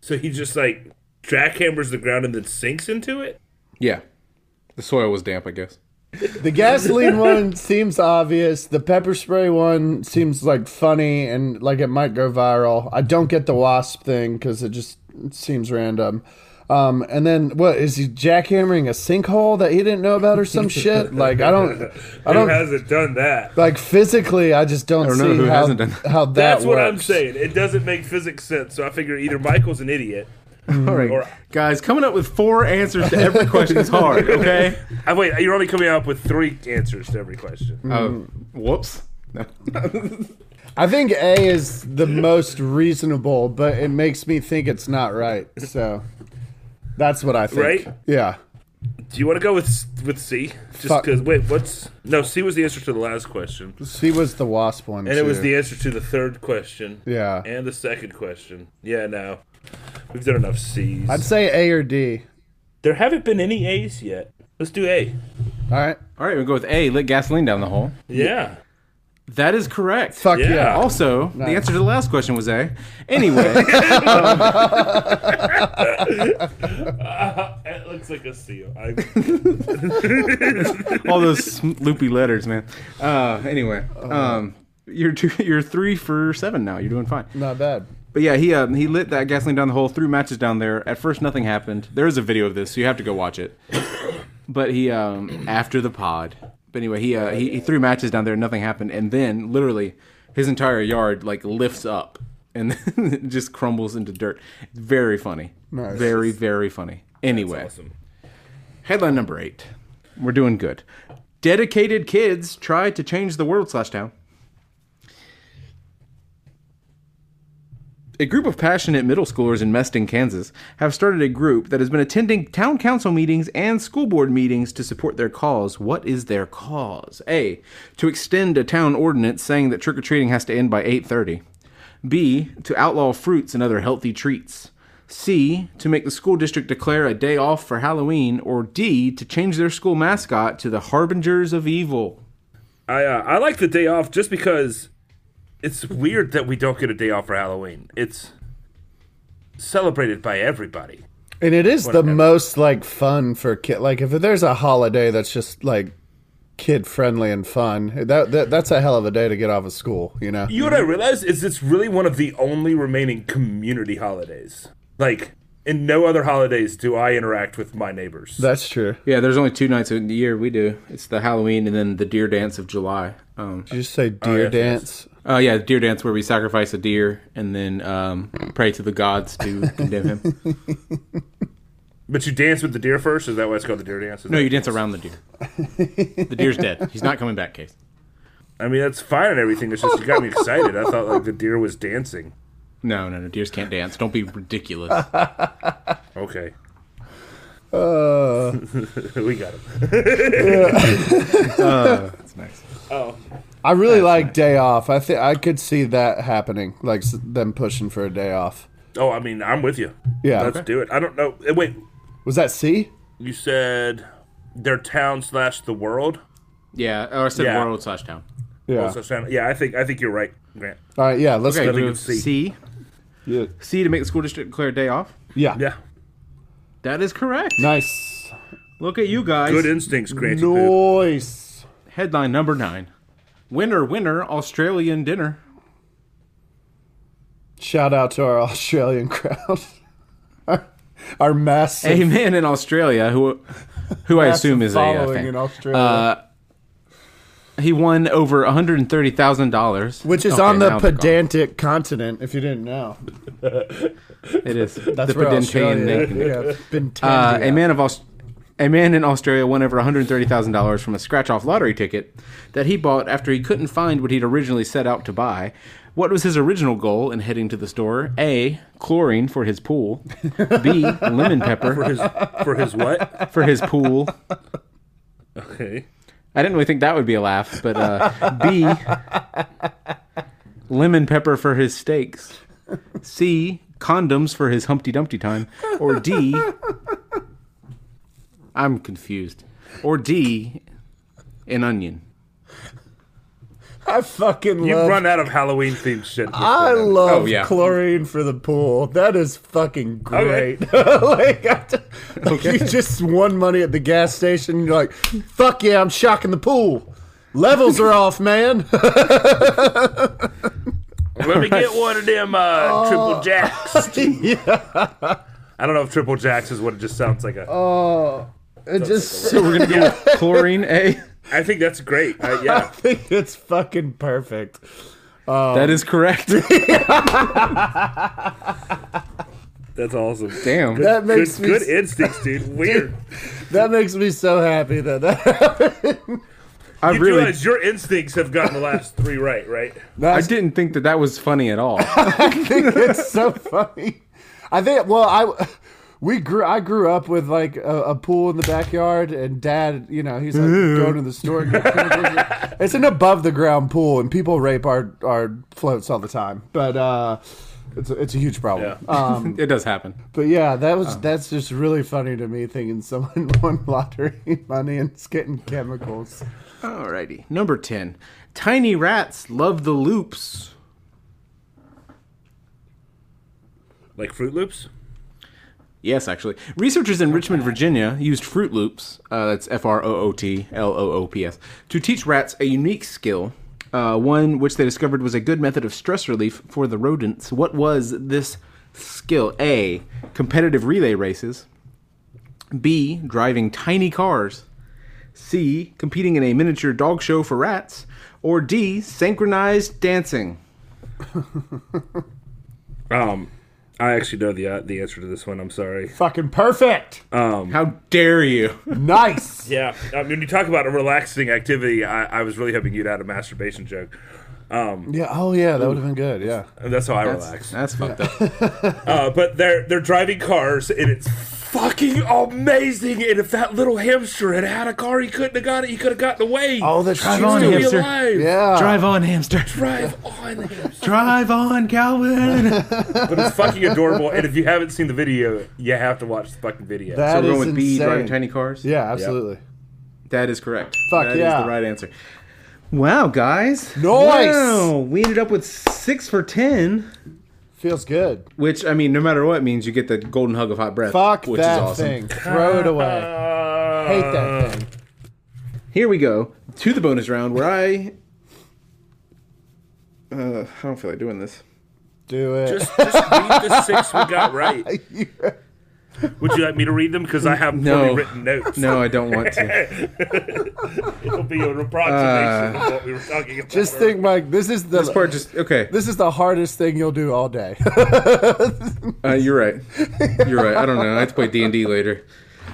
Speaker 2: So he just like jackhammers the ground and then sinks into it.
Speaker 1: Yeah. The soil was damp, I guess.
Speaker 3: the gasoline one seems obvious. The pepper spray one seems like funny and like it might go viral. I don't get the wasp thing because it just seems random. Um, and then what is he jackhammering a sinkhole that he didn't know about or some shit? Like I don't, I
Speaker 2: Who
Speaker 3: don't
Speaker 2: hasn't done that?
Speaker 3: like physically. I just don't,
Speaker 1: know
Speaker 3: see
Speaker 1: who
Speaker 3: how,
Speaker 1: hasn't done that.
Speaker 3: how that
Speaker 2: That's what I'm
Speaker 3: works.
Speaker 2: saying. It doesn't make physics sense. So I figure either Michael's an idiot.
Speaker 1: All right,
Speaker 2: Or-
Speaker 1: guys, coming up with four answers to every question is hard. Okay.
Speaker 2: I Ah, wait. You're only coming up with three answers to every question.
Speaker 3: Mm.
Speaker 1: Oh, whoops. No.
Speaker 3: I think A is the most reasonable, but it makes me think it's not right. So that's what I think.
Speaker 2: Right?
Speaker 3: Yeah.
Speaker 2: Do you want to go with with C? Just
Speaker 3: Fuck.
Speaker 2: because. Wait, what's no? C was the answer to the last question,
Speaker 3: C was the wasp one.
Speaker 2: and it was
Speaker 3: too.
Speaker 2: the answer to the third question.
Speaker 3: Yeah.
Speaker 2: And the second question. Yeah, no. We've done enough C's.
Speaker 3: I'd say A or D.
Speaker 2: there haven't been any A's yet. Let's do A.
Speaker 3: All right.
Speaker 1: All right, we go with A. Lit gasoline down the hole.
Speaker 2: Yeah.
Speaker 1: That is correct.
Speaker 3: Fuck
Speaker 2: Yeah.
Speaker 3: yeah.
Speaker 1: Also, the answer to the last question was A. Anyway,
Speaker 2: It looks like a C. I,
Speaker 1: all those sm- loopy letters, man. Uh, anyway, um, you're two, you're three for seven now. You're doing fine.
Speaker 3: Not bad.
Speaker 1: But yeah, he um, he lit that gasoline down the hole, threw matches down there. At first, nothing happened. There is a video of this, so you have to go watch it. but he um, after the pod. But anyway, he, uh, he he threw matches down there, nothing happened, and then literally his entire yard like lifts up and then it just crumbles into dirt. Very funny.
Speaker 3: Nice.
Speaker 1: Very very funny. Anyway,
Speaker 2: awesome.
Speaker 1: headline number eight. We're doing good. Dedicated kids try to change the world slash town. A group of passionate middle schoolers in Meston, Kansas, have started a group that has been attending town council meetings and school board meetings to support their cause. What is their cause? A. To extend a town ordinance saying that trick or treating has to end by 8:30. B. To outlaw fruits and other healthy treats. C. To make the school district declare a day off for Halloween. Or D. To change their school mascot to the Harbingers of Evil.
Speaker 2: I, uh, I like the day off just because it's weird that we don't get a day off for Halloween. It's celebrated by everybody.
Speaker 3: And it is the most like fun for kid. Like if there's a holiday that's just like kid friendly and fun. That, that that's a hell of a day to get off of school, you know.
Speaker 2: You know what I realized is it's really one of the only remaining community holidays. Like in no other holidays do I interact with my neighbors.
Speaker 3: That's true.
Speaker 1: Yeah, there's only two nights in the year we do. It's the Halloween and then the deer dance of July. Um,
Speaker 3: Did you just say deer
Speaker 2: yes,
Speaker 3: dance?
Speaker 1: uh, yeah, deer dance where we sacrifice a deer and then um, pray to the gods to condemn him.
Speaker 2: But you dance with the deer first. Is that why it's called the deer dance? Is
Speaker 1: No,
Speaker 2: that-
Speaker 1: you dance around the deer. The deer's dead. He's not coming back, Case.
Speaker 2: I mean, that's fine and everything. It's just you got me excited. I thought like the deer was dancing.
Speaker 1: No, no, no. Deers can't dance. Don't be ridiculous.
Speaker 2: Okay,
Speaker 3: Uh,
Speaker 2: we got him.
Speaker 1: That's nice.
Speaker 3: I really like day off. I think I could see that happening, like s- them pushing for a day off.
Speaker 2: Oh, I mean, I'm with you.
Speaker 3: Yeah.
Speaker 2: let's
Speaker 3: Okay.
Speaker 2: do it. I don't know. eh, Wait,
Speaker 3: Was that C?
Speaker 2: you said their town slash the world.
Speaker 1: Yeah, or I said
Speaker 2: Yeah.
Speaker 1: world slash town.
Speaker 3: Yeah.
Speaker 2: Also sound- Yeah, I think I think you're right, Grant.
Speaker 3: All right. Yeah. Let's
Speaker 1: Okay,
Speaker 2: Starting
Speaker 1: so
Speaker 2: with C.
Speaker 1: C. C.
Speaker 3: Yeah.
Speaker 1: to make the school district declare a day off.
Speaker 3: Yeah.
Speaker 2: Yeah,
Speaker 1: That is correct.
Speaker 3: Nice.
Speaker 1: Look at you guys.
Speaker 2: good instincts, Grant. you poo.
Speaker 3: Nice.
Speaker 1: Headline number nine. Winner, winner, Australian dinner.
Speaker 3: Shout out to our Australian crowd. our, our massive
Speaker 1: A man in Australia who, who I assume is a uh,
Speaker 3: following
Speaker 1: fan.
Speaker 3: in Australia,
Speaker 1: Uh, He won over one hundred thirty thousand dollars,
Speaker 3: which is on the pedantic continent. If you didn't know,
Speaker 1: It is
Speaker 3: that's
Speaker 1: the
Speaker 3: where
Speaker 1: pedantine
Speaker 3: Australia.
Speaker 1: nation.
Speaker 3: Yeah,
Speaker 1: Uh,
Speaker 3: Pentandia.
Speaker 1: a man of Aus- a man in Australia won over one hundred thirty thousand dollars from a scratch-off lottery ticket that he bought after he couldn't find what he'd originally set out to buy. What was his original goal in heading to the store? A. Chlorine for his pool. B. Lemon
Speaker 2: for
Speaker 1: pepper
Speaker 2: his for his what?
Speaker 1: for his pool.
Speaker 2: Okay.
Speaker 1: I didn't really think that would be a laugh, but uh, B. Lemon pepper for his steaks. C. Condoms for his Humpty Dumpty time. Or D. I'm confused. Or D. An onion.
Speaker 3: I fucking
Speaker 2: You
Speaker 3: love.
Speaker 2: run out of Halloween themed shit.
Speaker 3: I
Speaker 2: Oh,
Speaker 3: love
Speaker 1: yeah.
Speaker 3: chlorine for the pool. That is fucking great. like, I t- like, you just won money at the gas station. You're like, fuck yeah, I'm shocking the pool. Levels are off, man.
Speaker 2: Let me get one of them uh, triple jacks.
Speaker 3: yeah,
Speaker 2: I don't know if triple jacks is what it just sounds like. A,
Speaker 3: it just
Speaker 1: So we're gonna go with chlorine A.
Speaker 2: I think that's great. Uh, yeah.
Speaker 3: I think it's fucking perfect.
Speaker 1: That is correct.
Speaker 2: That's awesome.
Speaker 1: Damn.
Speaker 3: That
Speaker 2: Good,
Speaker 3: makes me
Speaker 2: good
Speaker 3: s-
Speaker 2: instincts, dude. Weird.
Speaker 3: that makes me so happy that that.
Speaker 1: I
Speaker 2: you
Speaker 1: really,
Speaker 2: realize your instincts have gotten the last three right, right?
Speaker 1: I didn't think that that was funny at all.
Speaker 3: it's so funny. I think. Well, I we grew. I grew up with like a, a pool in the backyard, and Dad, you know, he's like going to the store. And get- it's an above the ground pool, and people rape our our floats all the time. But uh, it's a, it's a huge problem.
Speaker 2: Yeah.
Speaker 3: Um,
Speaker 1: it does happen.
Speaker 3: but yeah, that was that's just really funny to me thinking someone won lottery money and it's getting chemicals.
Speaker 1: Alrighty. Number ten. Tiny rats love the loops.
Speaker 2: Like Fruit Loops.
Speaker 1: Yes, actually. Researchers in Richmond, Virginia used Fruit Loops, uh, that's F R O O T L O O P S, to teach rats a unique skill, uh, one which they discovered was a good method of stress relief for the rodents. What was this skill? A. Competitive relay races. B. Driving tiny cars. C. Competing in a miniature dog show for rats. Or D. Synchronized dancing.
Speaker 2: Um, I actually know the uh, the answer to this one. I'm sorry.
Speaker 3: Fucking perfect.
Speaker 1: How dare you!
Speaker 3: Nice.
Speaker 2: Yeah, I mean, when you talk about a relaxing activity, I, I was really hoping you'd add a masturbation joke.
Speaker 3: Yeah. Oh yeah, that would have been good. Yeah.
Speaker 2: And That's how I
Speaker 1: That's,
Speaker 2: relax.
Speaker 1: that's fucked up.
Speaker 2: Uh, but they're they're driving cars, and it's fucking amazing. And if that little hamster had had a car, he couldn't have got it. He could have gotten away.
Speaker 3: Oh, the drive
Speaker 1: on,
Speaker 2: Still be
Speaker 1: hamster.
Speaker 2: alive.
Speaker 3: Yeah.
Speaker 1: Drive on, hamster.
Speaker 2: Drive on, hamster.
Speaker 1: Drive on, Calvin.
Speaker 2: but it's fucking adorable. And if you haven't seen the video, you have to watch the fucking video.
Speaker 3: That
Speaker 1: So we're
Speaker 3: is
Speaker 1: going with B,
Speaker 3: insane.
Speaker 1: driving tiny cars?
Speaker 3: Yeah, absolutely.
Speaker 1: That is correct.
Speaker 3: Fuck
Speaker 1: That is
Speaker 3: yeah.
Speaker 1: the right answer. Wow, guys.
Speaker 3: Nice.
Speaker 1: Wow, we ended up with six for ten,
Speaker 3: Feels good.
Speaker 1: which, I mean, no matter what, means you get the golden hug of hot breath.
Speaker 3: Fuck
Speaker 1: which
Speaker 3: that
Speaker 1: is awesome.
Speaker 3: thing. Throw it away.
Speaker 2: Uh,
Speaker 3: Hate that thing.
Speaker 1: Here we go to the bonus round where I. Uh, I don't feel like doing this.
Speaker 3: Do it.
Speaker 2: Just, just read the six we got right. Would you like me to read them? Because I have
Speaker 1: No.
Speaker 2: poorly written notes.
Speaker 1: No, I don't want to.
Speaker 2: It'll be an approximation
Speaker 1: Uh,
Speaker 2: of what we were talking about.
Speaker 3: Just think, Mike. This is the
Speaker 1: This part just okay.
Speaker 3: this is the hardest thing you'll do all day.
Speaker 1: Uh, you're right. You're right. I don't know. I have to play D and D later.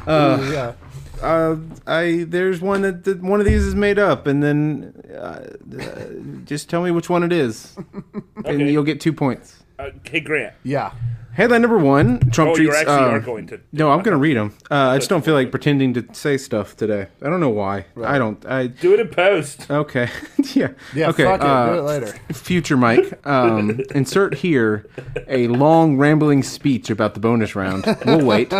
Speaker 3: yeah.
Speaker 1: Uh, I there's one that, that one of these is made up, and then uh, uh, just tell me which one it is, and
Speaker 2: Okay.
Speaker 1: you'll get two points.
Speaker 2: Uh, hey Grant.
Speaker 3: Yeah.
Speaker 1: Headline number one: Trump
Speaker 2: Oh, you
Speaker 1: treats.
Speaker 2: actually
Speaker 1: uh,
Speaker 2: are going to.
Speaker 1: No, I'm gonna read them. Uh, I just don't feel like pretending to say stuff today. I don't know why. I don't. I
Speaker 2: Do it in post.
Speaker 1: okay. yeah.
Speaker 3: Yeah.
Speaker 1: Okay.
Speaker 3: fuck it.
Speaker 1: uh,
Speaker 3: do it later.
Speaker 1: Future Mike, um, insert here a long rambling speech about the bonus round. We'll wait.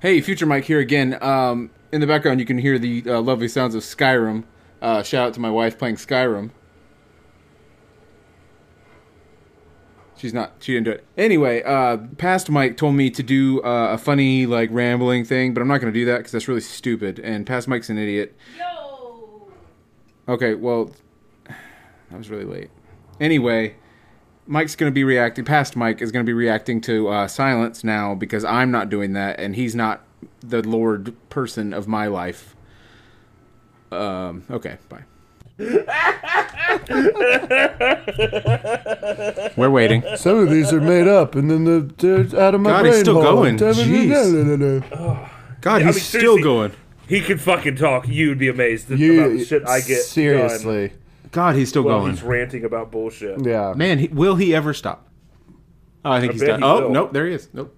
Speaker 1: Hey, Future Mike here again. Um, in the background, you can hear the uh, lovely sounds of Skyrim. Uh, shout out to my wife playing Skyrim. She's not. She didn't do it. Anyway, uh, past Mike told me to do uh, a funny like rambling thing, but I'm not going to do that because that's really stupid. And past Mike's an idiot.
Speaker 5: Yo!
Speaker 1: Okay, well, that was really late. Anyway, Mike's going to be reacting. Past Mike is going to be reacting to uh, silence now because I'm not doing that, and he's not the Lord person of my life. Um. Okay. Bye. We're waiting.
Speaker 3: Some of these are made up, and then the, they're out of my
Speaker 1: God,
Speaker 3: brain.
Speaker 1: he's still
Speaker 3: hole.
Speaker 1: going.
Speaker 3: Da- da- da-
Speaker 1: Jeez.
Speaker 3: da- da- da.
Speaker 1: God,
Speaker 2: Yeah, I
Speaker 1: he's
Speaker 2: mean,
Speaker 1: still
Speaker 2: seriously.
Speaker 1: going.
Speaker 2: He could fucking talk. You'd be amazed about the shit I get. done
Speaker 3: seriously.
Speaker 1: God, he's still
Speaker 2: while
Speaker 1: going.
Speaker 2: he's ranting about bullshit.
Speaker 3: Yeah.
Speaker 1: Man, he, will he ever stop? Oh, I think he's
Speaker 2: bet
Speaker 1: done.
Speaker 2: he
Speaker 1: oh,
Speaker 2: will.
Speaker 1: nope. There he is. Nope.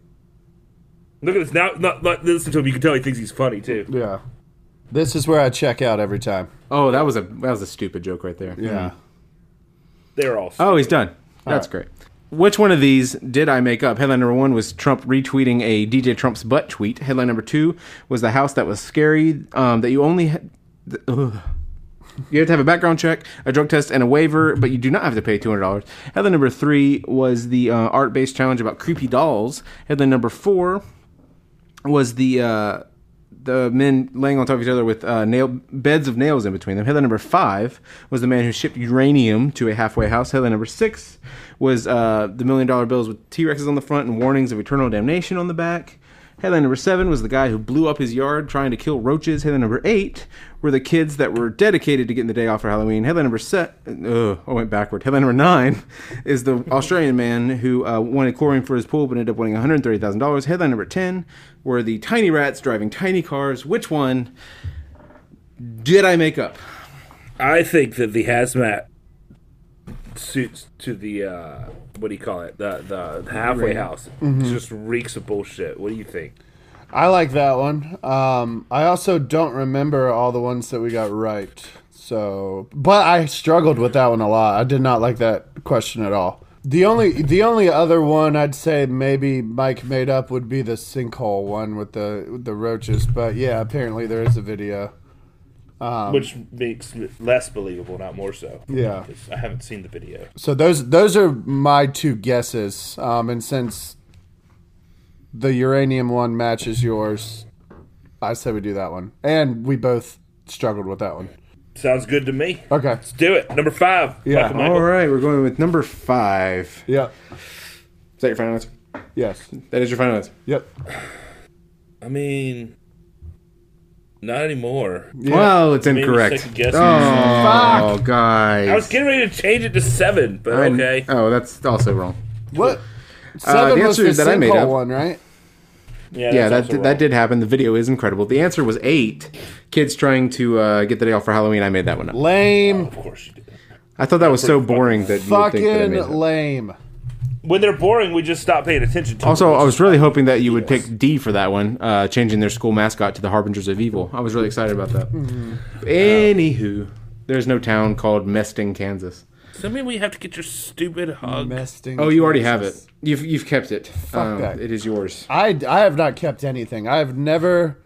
Speaker 2: Look at this now. Not, not, listen to him. You can tell he thinks he's funny too.
Speaker 3: Yeah. This is where I check out every time.
Speaker 1: Oh, that was a that was a stupid joke right there.
Speaker 3: Yeah.
Speaker 2: They're all.
Speaker 1: Oh, he's done. That's great. Which one of these did I make up? Headline number one was Trump retweeting a DJ Trump's butt tweet. Headline number two was the house that was scary um, that you only had. th- ugh. You have to have a background check, a drug test, and a waiver, but you do not have to pay two hundred dollars. Headline number three was the uh, art-based challenge about creepy dolls. Headline number four was the uh, the men laying on top of each other with uh, nail beds of nails in between them. Headline number five was the man who shipped uranium to a halfway house. Headline number six was uh, the million dollar bills with T Rexes on the front and warnings of eternal damnation on the back. Headline number seven was the guy who blew up his yard trying to kill roaches. Headline number eight were the kids that were dedicated to getting the day off for Halloween. Headline number set. Ugh, I went backward. Headline number nine is the Australian man who uh, wanted chlorine for his pool but ended up winning $130,000. Headline number 10 were the tiny rats driving tiny cars. Which one did I make up?
Speaker 2: I think that the hazmat suits to the uh, what do you call it? The the, the halfway house
Speaker 1: Mm-hmm.
Speaker 2: just reeks of bullshit. What do you think?
Speaker 3: I like that one. Um, I also don't remember all the ones that we got right. So, but I struggled with that one a lot. I did not like that question at all. The only the only other one I'd say maybe Mike made up would be the sinkhole one with the with the roaches. But yeah, apparently there is a video.
Speaker 1: Um,
Speaker 2: Which makes it less believable, not more so.
Speaker 3: Yeah.
Speaker 2: 'Cause I haven't seen the video.
Speaker 3: So those those are my two guesses. Um, and since the uranium one matches yours, I say we do that one. And we both struggled with that one.
Speaker 2: Sounds good to me.
Speaker 3: Okay.
Speaker 2: Let's do it. Number five.
Speaker 3: Yeah. Oh,
Speaker 2: Michael Michael.
Speaker 1: All right, we're going with number five.
Speaker 3: Yeah.
Speaker 1: Is that your final answer?
Speaker 3: Yes.
Speaker 1: That is your final answer.
Speaker 3: Yep.
Speaker 2: I mean, not anymore.
Speaker 1: Well, it's
Speaker 2: Maybe
Speaker 1: incorrect.
Speaker 2: second guess.
Speaker 1: Oh,
Speaker 2: I was
Speaker 1: guys.
Speaker 2: getting ready to change it to seven, but
Speaker 1: I-
Speaker 2: okay.
Speaker 1: Oh, that's also wrong.
Speaker 3: What?
Speaker 1: Uh,
Speaker 3: Seven
Speaker 1: the
Speaker 3: was
Speaker 1: answer
Speaker 3: the
Speaker 1: that I made
Speaker 3: sinkhole
Speaker 1: up-
Speaker 3: one, right?
Speaker 1: yeah, that
Speaker 2: that's also
Speaker 1: did, that
Speaker 2: wrong.
Speaker 1: did happen. The video is incredible. The answer was eight kids trying to uh, get the day off for Halloween. I made that one up.
Speaker 3: Lame.
Speaker 2: Of course you did.
Speaker 1: I thought that was so boring that you would think that I made
Speaker 3: Fucking
Speaker 1: it. up.
Speaker 3: lame.
Speaker 2: When they're boring, we just stop paying attention to them.
Speaker 1: Also, uh, I was really hoping that you would pick D for that one, uh, changing their school mascot to the Harbingers of Evil. I was really excited about that. Anywho, there's no town called Mesting, Kansas.
Speaker 2: Does that mean we have to get your stupid hug?
Speaker 3: Mesting.
Speaker 1: Oh, you already have it. You've you've kept it. Um,
Speaker 3: that.
Speaker 1: It is yours.
Speaker 3: I, I have not kept anything. I have never,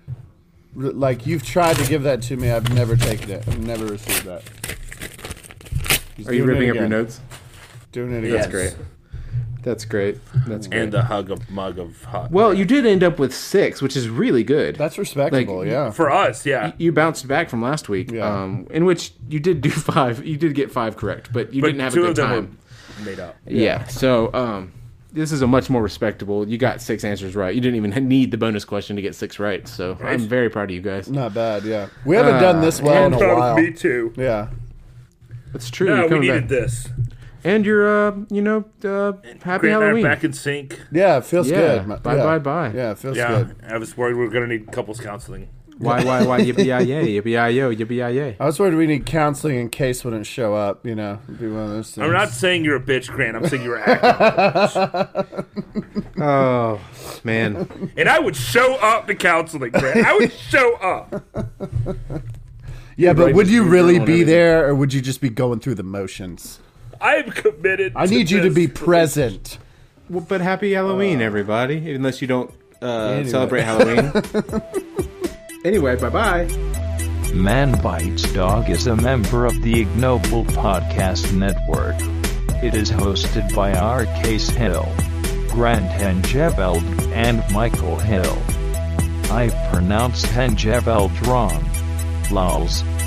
Speaker 3: re- like, you've tried to give that to me. I've never taken it. I've never received that. He's
Speaker 1: Are you
Speaker 3: doing it
Speaker 1: ripping up your
Speaker 3: again.
Speaker 1: notes?
Speaker 3: Doing it again.
Speaker 2: Yes.
Speaker 1: That's great. That's great. That's great.
Speaker 2: and a hug of mug of hot.
Speaker 1: well, you did end up with six, which is really good.
Speaker 3: That's respectable.
Speaker 1: Like,
Speaker 3: yeah.
Speaker 2: for us, yeah.
Speaker 1: you bounced back from last week,
Speaker 3: Yeah.
Speaker 1: um, in which you did do five. You did get five correct, but you
Speaker 2: But
Speaker 1: didn't have
Speaker 2: two
Speaker 1: a good
Speaker 2: of them
Speaker 1: time.
Speaker 2: were made up.
Speaker 1: Yeah. So um, this is a much more respectable. You got six answers right. You didn't even need the bonus question to get six right. So I'm very proud of you guys.
Speaker 3: Not bad. Yeah. We haven't done
Speaker 1: Uh,
Speaker 3: this well in a while.
Speaker 2: Me too.
Speaker 3: Yeah.
Speaker 1: That's true.
Speaker 2: No,
Speaker 1: you're
Speaker 2: we
Speaker 1: coming
Speaker 2: needed
Speaker 1: back.
Speaker 2: this.
Speaker 1: And you're, uh, you know, uh, happy
Speaker 2: Grant and I are
Speaker 1: Halloween.
Speaker 2: back in sync.
Speaker 3: Yeah. It feels
Speaker 1: Yeah,
Speaker 3: good. Ma-
Speaker 1: bye,
Speaker 3: yeah.
Speaker 1: bye, bye.
Speaker 3: Yeah. It feels
Speaker 2: Yeah,
Speaker 3: good.
Speaker 2: I was worried we were gonna need couples counseling.
Speaker 1: Why, why, why? Yippee yi yay! Yippee yi yo! Yippee yi yay!
Speaker 3: I was worried we need counseling in case wouldn't show up. You know, it'd be one of those things.
Speaker 2: I'm not saying you're a bitch, Grant. I'm saying you're acting.
Speaker 1: Oh man,
Speaker 2: and I would show up to counseling, Grant. I would show up.
Speaker 3: yeah, but
Speaker 1: right,
Speaker 3: would
Speaker 1: just
Speaker 3: you
Speaker 1: be
Speaker 3: really
Speaker 1: journal and
Speaker 3: be
Speaker 1: everything.
Speaker 3: there, or would you just be going through the motions?
Speaker 2: I am committed.
Speaker 3: I need you to
Speaker 2: this.
Speaker 3: be present.
Speaker 1: well, but happy
Speaker 2: Uh,
Speaker 1: Halloween, everybody! Unless you don't uh,
Speaker 3: Anyway.
Speaker 1: celebrate Halloween. anyway, bye bye.
Speaker 4: Man Bites Dog is a member of the Ignoble Podcast Network. It is hosted by R. Case Hill, Grant Hengeveld, and Michael Hill. I pronounced Hengeveld wrong. Lols.